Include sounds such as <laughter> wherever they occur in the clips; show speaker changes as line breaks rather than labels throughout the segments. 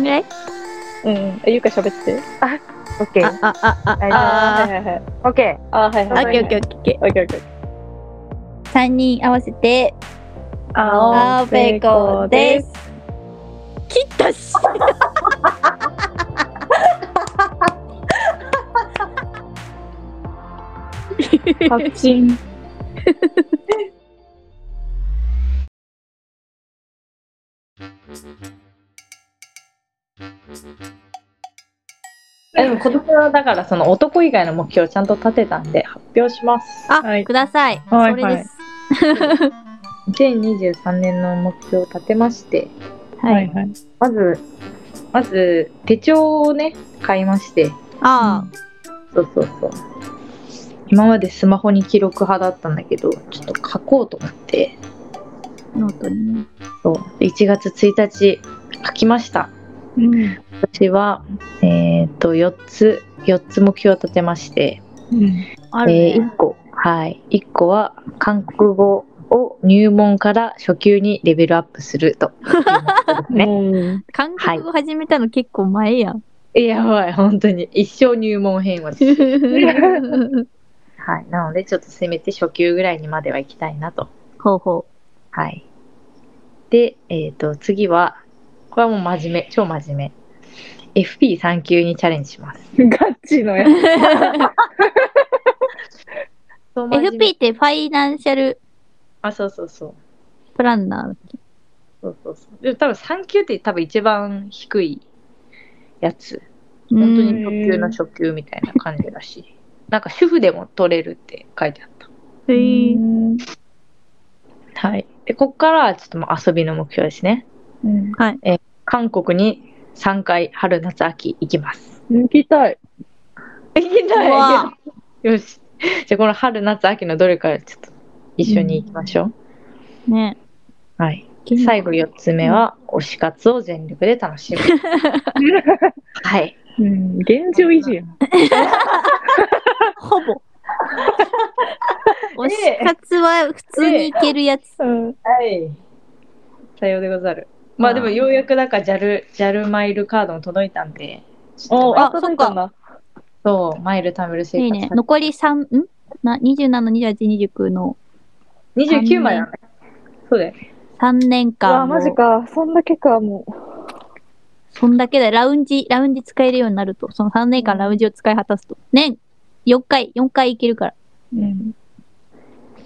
ね。
うん。えゆか喋って。
オッケー。
あ、あ、あ、あ、
は
あ
いはいはい。
オッケー。
あはい
ー。オ
はい。
ッケーオッケーオッケーオッケ
オッケーオッケー。
ー。三人合わせて、
青
べ
べ
こ
こ
で。
です
切ったし。
パチン。 <laughs> でも今年はだからその男以外の目標をちゃんと立てたんで発表します。
あ、
はい
ください。
はい
それです。
2023年の目標を立てまして、
はい。
はい、まず、まず手帳をね、買いまして、
あ
そうそうそう。今までスマホに記録派だったんだけど、ちょっと書こうと思って、
ー、ノートにね。
そう1月1日書きました。
うん。
私は、えっ、と、4つ、4つ目標を立てまして、
うん。
あ
え
るね。
ー、1個、はい。1個は、韓国語を入門から初級にレベルアップすると。ね
ね。
韓国語始めたの結構前
<laughs>
やん。
えやばい、本当に。一生入門編は。 <laughs> はい。なので、ちょっとせめて初級ぐらいにまでは行きたいなと。
ほうほ
はい。で、えっ、と、次は、これはもう真面目、超真面目。FP3 級にチャレンジします。
ガチのや
う。
そう真面目
FP ってファイナンシャル
あ、そうそうそう。
プランナ
そうそうそう。でも多分3級って多分一番低いやつ。
ー。
本当
う
に
ん
初級の初級みたいな感じだし。なんか主婦でも取れるって書いてあった。
へー
はい。で、こっからはちょっともう遊びの目標ですね。
うん。
韓国に3回春夏秋行きます。
抜きたい。
行き
うわ
よし。じゃあこの春夏秋のどれかちょっと一緒に行きましょう。
ね。
はい。最後4つ目は、推し活を全力で楽 <laughs> しむ。はい。
うん。現状維持やん。
ほ
<laughs>
ぼ。推し活は普通にいけるやつ。
うん。
はい。さようでござる。まあでもようやくなんか JAL、JAL マイルカードも届いたんで、
お
あ
あ、届いたな。
そう、マイル貯める生活。
いいね。残り3、んな ?27、28、29の
29枚だね。そうだよね。
3年
うわ、
間。
マジ。か。そんだけか、も
そんだけでラウンジ、ラウンジ使えるようになると。その3年間ラウンジを使い果たすと。年4回、4回いけるから。
う。うん。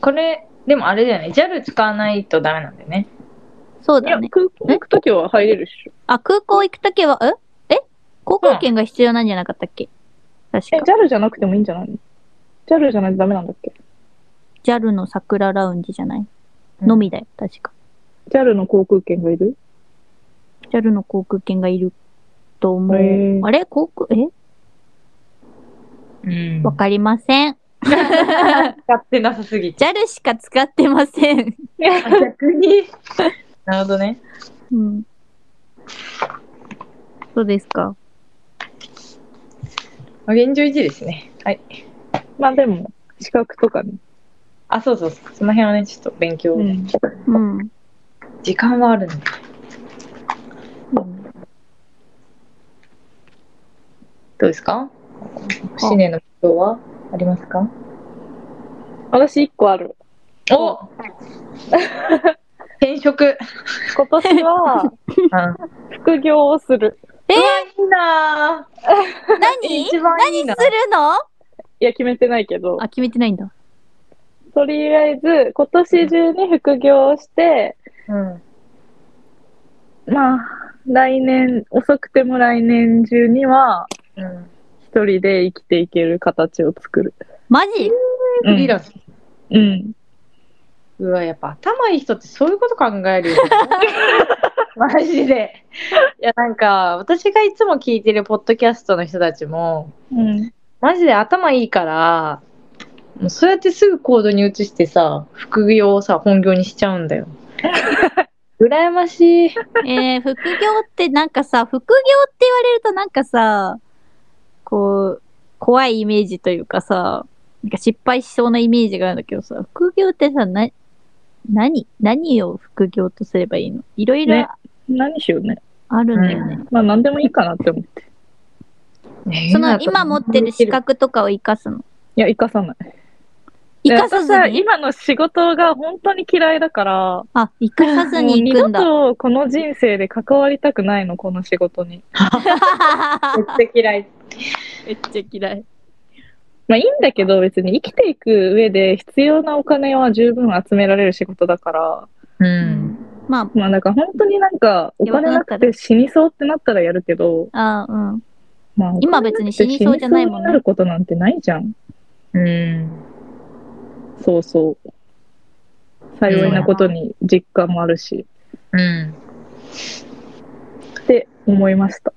これ、でもあれだよね。JAL 使わないとダメなんだよね。
そう
い
だ
や、
ね。
空港行くときは入れるっしょ。
あ、空港行くときは、ええ航空券が必要なんじゃなかったっけ確
え、
か。
JAL じゃなくてもいいんじゃないの ?JAL じゃないとダメなんだっけ
JAL の桜ラウンジじゃない
うん
のみだよ、確か。
?JAL の航空券がいる
JAL の航空券がいると思
へー
う。あれ航空、え
うん
わ
分
かりません。
ってなさすぎて。
JAL しか使ってません。
逆に。なるほどね。
うん。そうですか。
まあ現状維持ですね。はい。
まあでも、資格とかね。
あ、そうそうそう。その辺はね、ちょっと勉強。
うん。
うん。うん
時間はあるんだ。どうですか新年の目標はありますか
私一個ある。
お <laughs> 転職。
今年は、
うん。
副業をする。
いい
何
な一番いいな
何するの
いや、決めてないけど。
あ、決めてないんだ。
とりあえず、今年中に副業をして、
うん。
まあ、来年、遅くても来年中には、
うん。
一人で生きていける形を作る。
マジ
フリーランス。
うん。
うわ、やっぱ頭いい人ってそういうこと考える
<laughs>
よ、ね。マジで。いや、なんか、私がいつも聞いてるポッドキャストの人たちも、
うん。
マジで頭いいから、もうそうやってすぐ行動に移してさ、副業をさ、本業にしちゃうんだよ。羨ましい。
えー、副業ってなんかさ、副業って言われるとなんかさ、こう、怖いイメージというかさ、なんか失敗しそうなイメージがあるんだけどさ、副業ってさ、な、何何を副業とすればいいのいろいろ
ね何しようね。
あるんだよね。
まあ何でもいいかなって思って。
その今持ってる資格とかを生かすの。
いや、生かさない。
生かさ
で私
ず
は
に。
今の仕事が本当に嫌いだから、
あ、生かさずに行くん <laughs> だ。
もう二度とこの人生で関わりたくないの、この仕事に。
めっちゃ嫌い。
めっちゃ嫌い。
まあいいんだけど、別に生きていく上で必要なお金は十分集められる仕事だから、
うん。
ま
まあなんか本当になんかお金なくて死にそうってなったらやるけど、
あ、あうん。
まあお金
今別に死にそうじゃないもん
死にそうにな
ね
る。ことなんてないじゃん。
うん。
そうそう。幸いなことに実家もあるし、
うん。
って思いました。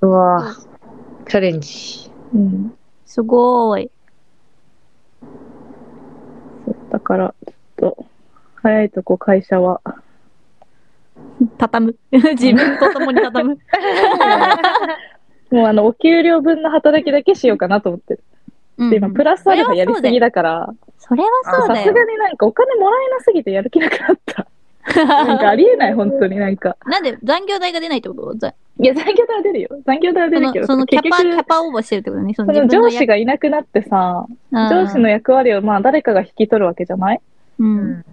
うわぁ。チャレンジ。
うん。
すごーい。
そうだから、ちょっと、早いとこ会社は、
畳
<laughs>
む。自分と共に畳む。
もうあの、お給料分の働きだけしようかなと思ってる。
うん
で、今、プラスアルファやりすぎだから、
それはそ
さ
う
すが
だ
に
よ。
なんかお金もらえなすぎてやる気なくなった。
<laughs>
なんかありえない、本当になんか。
なんで残業代が出ないってことざ
いや、残業代は出るよ。残業代は出
そ
るけ
の
ど、
そのキャ
結
パ、
局
キ、ャパオーバーしてるってことね。その
そ
自
の
分の
上司がいなくなってさ、上司の
や
役割をまあ誰かが引き取るわけじゃない
うん。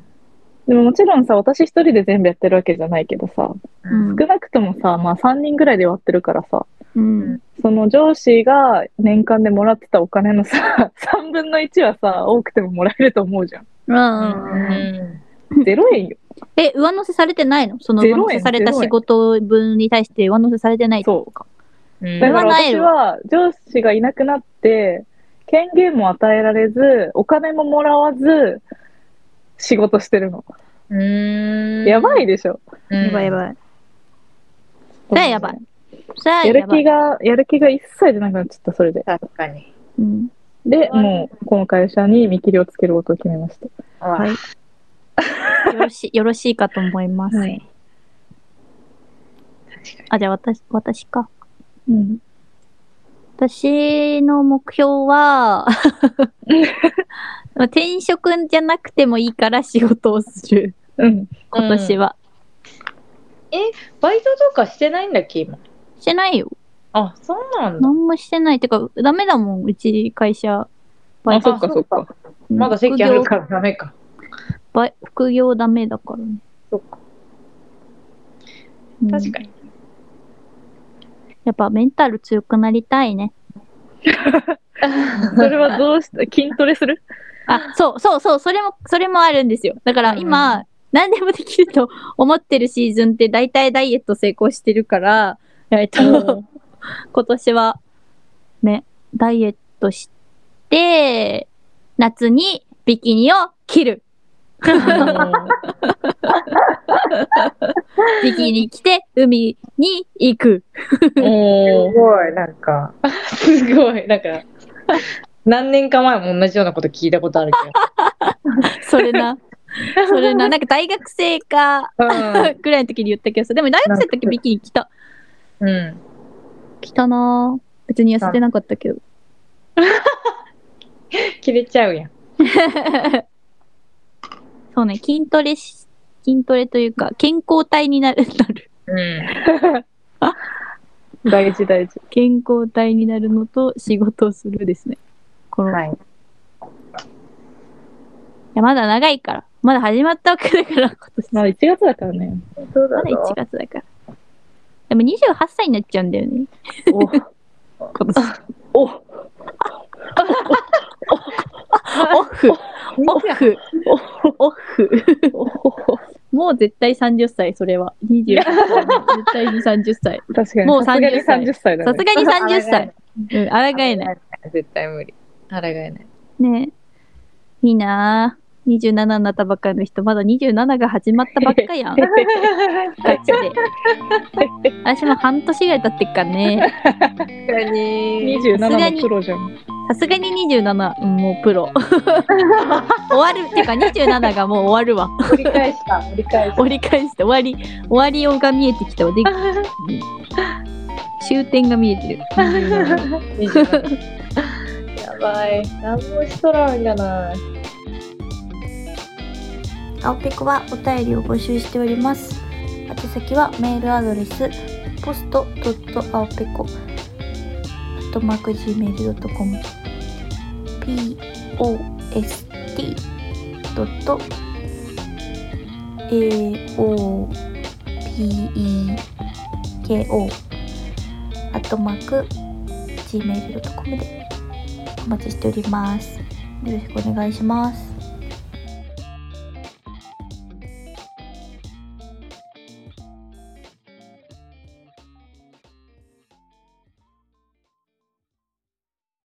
でももちろんさ、私一人で全部やってるわけじゃないけどさ、
うん
少なくともさ、まあ3人ぐらいで割ってるからさ、
うん。
その上司が年間でもらってたお金のさ、3分 <laughs> の1はさ、多くてももらえると思うじゃん。
うん。 <laughs>
0円よ。
え、上乗せされてないのその
ゼロ
上
円
乗せされた
ゼロ円
仕事分に対して上乗せされてないって
そう。
うん
だから
言わない
私
よ
は上司がいなくなって、権限も与えられず、お金ももらわず、仕事してるの。
うん
やばい。でしょ。
やばいや
い。
ばい。それはやばい。それは
や
や
る
ば
気
い。
が、やる気が一切出なくなっちゃった、それで。
確かに。
うん
で、もう、この会社に見切りをつけることを決めました。
はいよろし、よろしいか <laughs> と思います。
い。
確か
あ、じゃあ私、私か。
うん。
私の目標
<laughs>
は、転職じゃなくてもいいから仕事をする。
うん。
今年は。
に。バイトとかしてないんだっけ、今。
してないよ。
あ、そうなんだ。
何もしてない。てか、ダメだもん。うち会社。
あ、そっかそっか。
まだ席ある
副業
からダメか。
ば副業ダメだからね。
そっか。
うん
確かに。
やっぱメンタル強くなりたいね。
それはどうした筋トレする
あ、そうそうそう、それも、それもあるんですよ。だから今、
うん
何でもできると思ってるシーズンって大体ダイエット成功してるから、えっと、 <laughs> 今年は、ね、ダイエットして、夏にビキニを着る。ビキニ着
<laughs>
て、海に行く。
お
すごい、なんか。すごい、なんか。何年か前も同じようなこと聞いたことあるけ
それな。それな。なんか大学生か、
ど。う
ぐらいの時に言ったけどさ、でも大学生の時ビキニ着た。
ん。うん。
着たなぁ別に痩せてなかったけど。
切れちゃうやん。
そうね、筋トレし、筋トレというか、健康体になる、なる。
うん。
大事大事。
健康体になるのと仕事をするですね。この、い、
はい。
や、まだ長いから。まだ始まったわけだから、今年。
まあ1月だからね。
そう
まだ1月だから。でも28歳になっちゃうんだよね。今年。
お、お、
オフ。オフ。オフ。もう絶対30歳、それは。28歳。絶対に30歳。
確かに。
もう
さすがに
30歳
30歳だ
さ
ね
す。がに30歳。うん、抗えない。。
絶対無理。抗えない。
ねえ。いいなぁ。27になったばっかりの人、まだ27が始まったばっか <laughs> やん。ガ
<laughs>
チで。私も半年ぐらい経ってっからね。<laughs>
確かに。
27
さすがに
のプロじゃん。
さすがに27、うんもうプロ。 <laughs> 終わる。てか27がもう終わるわ。
折り返した。折り返した。
折り返して終わり、終わりようが見えてきたわ。で、終点が見えてる。
<laughs> やばい。何もしとらんがな。
青ペコはお便りを募集しております。
宛先はメールアドレス post.aopeco gmail.com post. aopeko アットマーク gmail.com でお待ちしております。よろしくお願いします。